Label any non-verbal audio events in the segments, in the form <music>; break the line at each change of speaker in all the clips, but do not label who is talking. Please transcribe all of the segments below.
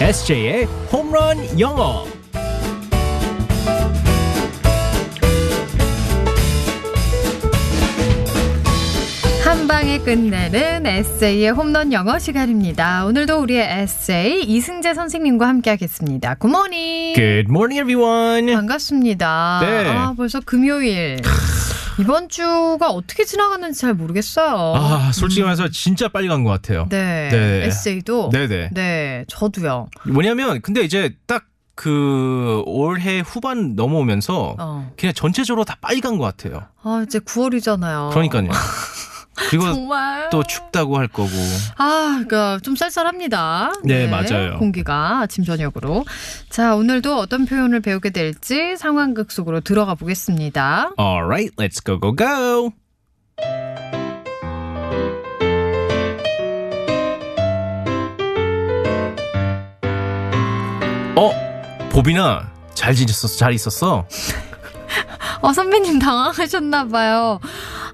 SJ의 홈런 영어.
한 방에 끝내는 에세이의 홈런 영어 시간입니다. 오늘도 우리의 에세이 이승재 선생님과 함께하겠습니다. 굿모닝.
Good morning, everyone.
반갑습니다.
네.
아 벌써 금요일. 이번 주가 어떻게 지나갔는지 잘 모르겠어요.
아, 솔직히 말해서 진짜 빨리 간 것 같아요.
음. 네.
네.
에세이도.
네네.
네, 저도요.
왜냐면, 근데 이제 딱 그 올해 후반 넘어오면서
어.
그냥 전체적으로 다 빨리 간 것 같아요.
아 이제 9월이잖아요. <laughs>
그러니까요. 그리고
어. 정말.
또 춥다고 할 거고.
아, 그러니까 좀 쌀쌀합니다.
네, 맞아요.
공기가 아침 저녁으로. 자, 오늘도 어떤 표현을 배우게 될지 상황극 속으로 들어가 보겠습니다.
Alright, let's go, go, go. 어, 보빈아, 잘 지냈어? 잘 있었어?
아, 선배님 당황하셨나 봐요.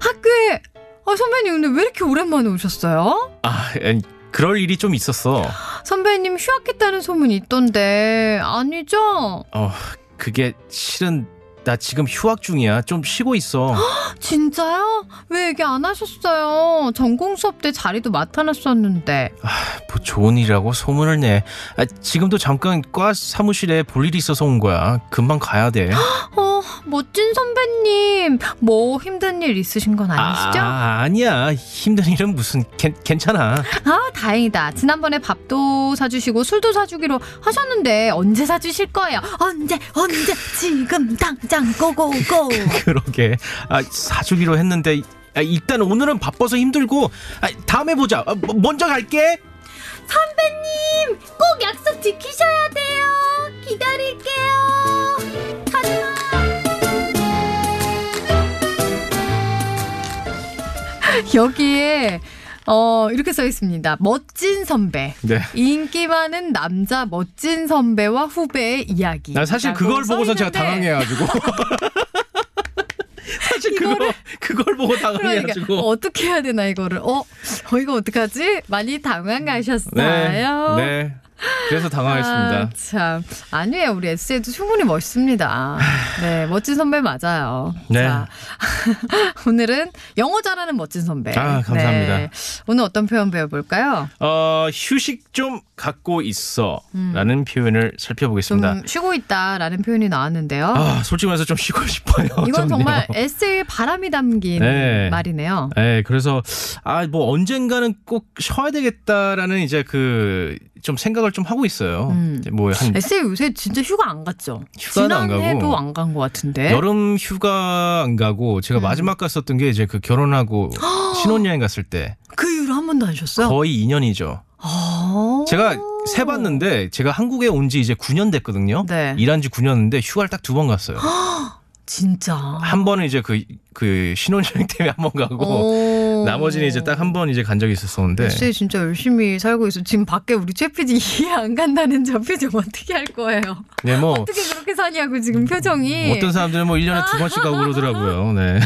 학교에 아, 선배님 근데 왜 이렇게 오랜만에 오셨어요?
아, 엔, 그럴 일이 좀 있었어.
선배님 휴학했다는 소문이 있던데 아니죠?
어, 그게 실은 나 지금 휴학 중이야. 좀 쉬고
<gasps>
있어.
진짜요? 왜 얘기 안 하셨어요? 전공 수업 때 자리도 맡아놨었는데.
뭐 좋은 일이라고 소문을 내. 아, 지금도 잠깐 과 사무실에 볼 일이 있어서 온 거야. 금방 가야 돼.
어, 멋진 선배님. 뭐 힘든 일 있으신 건 <gasps> 아니시죠? 아,
아, 아니야. 힘든 일은 무슨 괜, 괜찮아.
다행이다. 지난번에 밥도 사주시고 술도 사주기로 하셨는데 언제 사주실 거예요? 언제, 언제, 지금 당장 고고고.
그러게 아, 사주기로 했는데 아, 일단 오늘은 바빠서 힘들고 아, 다음에 보자 아, 뭐- 먼저 갈게
<laughs> 선배님, 꼭 약속 지키셔야 돼요. 기다릴게요. 가지마. 여기에 어, 이렇게 써 있습니다. 멋진 선배.
네.
인기 많은 남자 멋진 선배와 후배의 이야기.
나 사실 그걸 보고서 제가 당황해가지고 <laughs> 사실 그걸 그걸 보고
그러니까
당황해가지고
어떻게 해야 되나 이거를 어, 어 이거 어떡하지 많이 당황하셨어요.
네, 네. 그래서
아,
당황했습니다
참 아니에요 우리 S에도 충분히 멋있습니다. 네 멋진 선배 맞아요.
네.
자, <laughs> 오늘은 영어 잘하는 멋진 선배. 네.
아, 감사합니다.
오늘 어떤 표현 배워볼까요?
어, 휴식 좀 갖고
아. 음.
있어라는 표현을
좀
살펴보겠습니다
쉬고 있다라는 표현이 나왔는데요.
아 솔직히 말해서 좀 쉬고 아, 싶어요
이건
<laughs> 저는요.
정말 에세이의 바람이 담긴
네.
말이네요.
네, 그래서 아 뭐 언젠가는 꼭 쉬어야 되겠다라는 이제 그 좀 생각을 좀 하고 있어요.
음.
뭐한
에세이 요새 진짜 휴가 안 갔죠?
휴가는 안 가고.
지난해도 안 간 것 같은데.
여름 휴가 안 가고 제가
네. 음.
마지막 갔었던 게 이제 그
<gasps>
결혼하고 신혼여행 갔을 때
아, 그 이후로 한 번도 안 쉬었어요?
거의 2년이죠.
아.
제가 세봤는데 제가 한국에 온 지 이제 9년 됐거든요.
네.
일한 지 9년인데 휴가를 딱 두 번
<gasps>
갔어요.
진짜.
한 번은 이제 그 그 신혼여행 때문에 한 번 가고
오.
나머지는 이제 딱 네. 한 번 이제 간 적이 있었었는데
어. 에세이 진짜 열심히 살고 있어. 지금 밖에 우리 최 PD 이해 안 간다는 저 표정 어떻게 할 거예요?
네, 뭐
어떻게 그렇게 사냐고 지금 표정이.
어떤 사람들은 뭐 1년에 두 번씩 가고 그러더라고요. 네.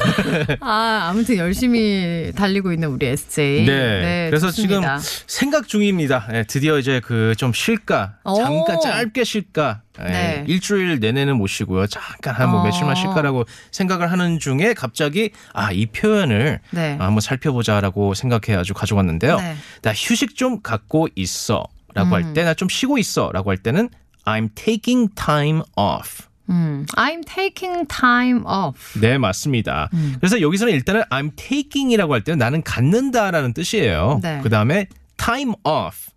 아 아무튼 열심히 달리고 있는 우리 에세이.
네. 그래서
좋습니다.
생각 중입니다. 예, 드디어 이제 그 좀 쉴까?
오.
잠깐 짧게 쉴까? 예,
네.
일주일 내내는 못 쉬고요. 잠깐 한뭐
어.
며칠만 쉴까라고 생각을 하는 중에 갑자기 아, 이 표현을
네.
한번 살펴보자라고 생각해 아주 가져왔는데요.
네. 음.
나 휴식 좀 갖고 있어. 라고 할 때, 나 좀 쉬고 있어. 라고 할 때는 I'm taking time off.
음, I'm taking time off.
네, 맞습니다.
음.
그래서 여기서는 일단은 I'm taking이라고 할 때는 나는 갖는다라는 뜻이에요.
네. 음.
그 다음에 time off.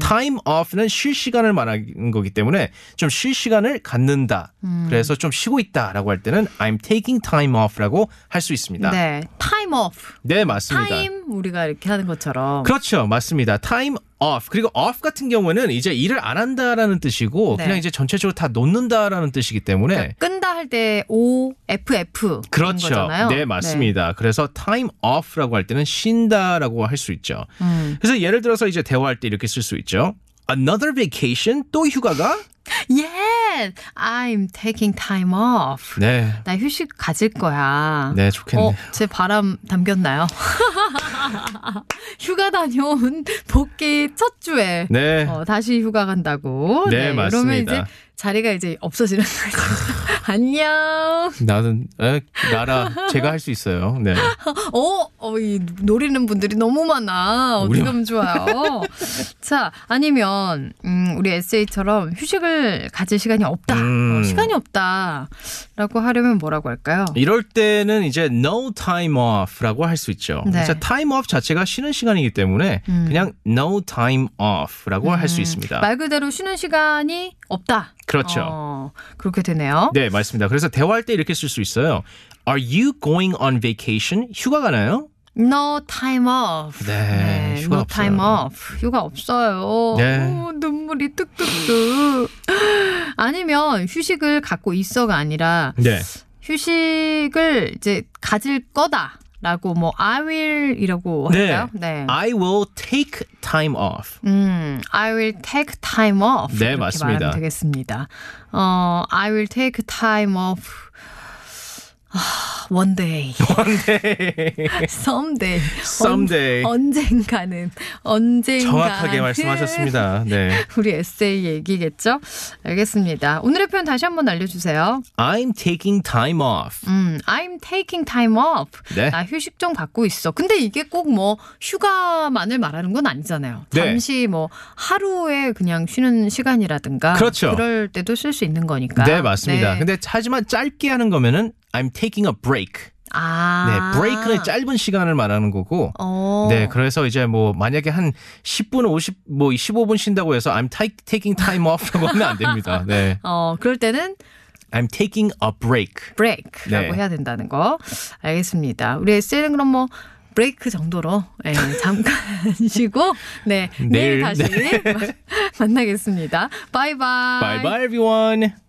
time off는 쉴 시간을 말하는 거기 때문에 좀 쉴 시간을 갖는다.
음.
그래서 좀 쉬고 있다라고 할 때는 I'm taking time off라고 할 수 있습니다. 네,
네, time off.
맞습니다.
타임 우리가 이렇게 하는 것처럼.
그렇죠, 맞습니다. time off 그리고 off 같은 경우에는 이제 일을 안 한다라는 뜻이고
네.
그냥 이제 전체적으로 다 놓는다라는 뜻이기 때문에
끈다 할 때 O F F
그렇죠.
거잖아요.
네, 맞습니다. 그래서 time off라고 할 때는 쉰다라고 할 수 있죠.
네. 음.
그래서 예를 들어서 이제 대화할 때 이렇게 쓸 수 있죠. another vacation 또 휴가가
Yes, I'm taking time off.
네.
나 휴식 가질 거야.
네, 좋겠네요.
어, 제 바람 담겼나요? <laughs> 휴가 다녀온 복귀 첫 주에
네.
어, 다시 휴가 간다고.
네, 맞습니다.
이러면 이제 자리가 이제 없어지는 거죠. <laughs> 안녕.
나는 에, 나라 제가 할 수 있어요. 네.
어, 어, 이 노리는 분들이 너무 많아. 어떻게
우리-
하면 좋아요? 자, 아니면 음, 우리 에세이처럼 휴식을 가질 시간이 없다.
음.
어, 시간이 없다라고 하려면 뭐라고 할까요?
이럴 때는 이제 no time off라고 할 수 있죠.
네.
자, time off 자체가 쉬는 시간이기 때문에
음.
그냥 no time off라고 할 수
음,
있습니다.
말 그대로 쉬는 시간이 없다.
그렇죠.
어, 그렇게 되네요.
네, 맞습니다. 그래서 대화할 때 이렇게 쓸 수 있어요. Are you going on vacation? 휴가 가나요?
No time off.
네, 휴가
no
없어요.
time off. 휴가 없어요.
네.
오, 눈물이 뚝뚝뚝. 아니면 휴식을 갖고 있어가 아니라
네.
휴식을 이제 가질 거다라고 뭐 I will이라고
네.
할까요? 네.
I will take time off.
음, I will take time off.
네,
이렇게
맞습니다.
말하면 되겠습니다. 어, I will take time off. 아, one day, <laughs> someday,
Someday.
언, 언젠가는 언젠가
정확하게 말씀하셨습니다. 네.
우리 에세이 얘기겠죠? 알겠습니다. 오늘의 표현 다시 한번 알려주세요.
I'm taking time off.
음, I'm taking time off.
네.
나 휴식 좀 받고 있어. 근데 이게 꼭 뭐 휴가만을 말하는 건 아니잖아요.
네.
잠시 뭐 하루에 그냥 쉬는 시간이라든가
그렇죠.
럴 때도 쓸 수 있는 거니까.
네, 맞습니다.
네.
근데 하지만 짧게 하는 거면은 I'm taking a break.
아.
네, break는 짧은 시간을 말하는 거고.
어.
네, 그래서 이제 뭐 만약에 한 10분, 50, 뭐 15분 쉰다고 해서 I'm ta- taking time off라고 하면 안 됩니다. 네,
어, 그럴 때는
I'm taking a break.
break라고
네.
해야 된다는 거. 알겠습니다. 우리 에세이는 그럼 뭐 브레이크 정도로 예, 잠깐 <laughs> 쉬고 네, 내일,
내일,
<laughs> 다시 만나겠습니다. 바이바이.
Bye bye everyone.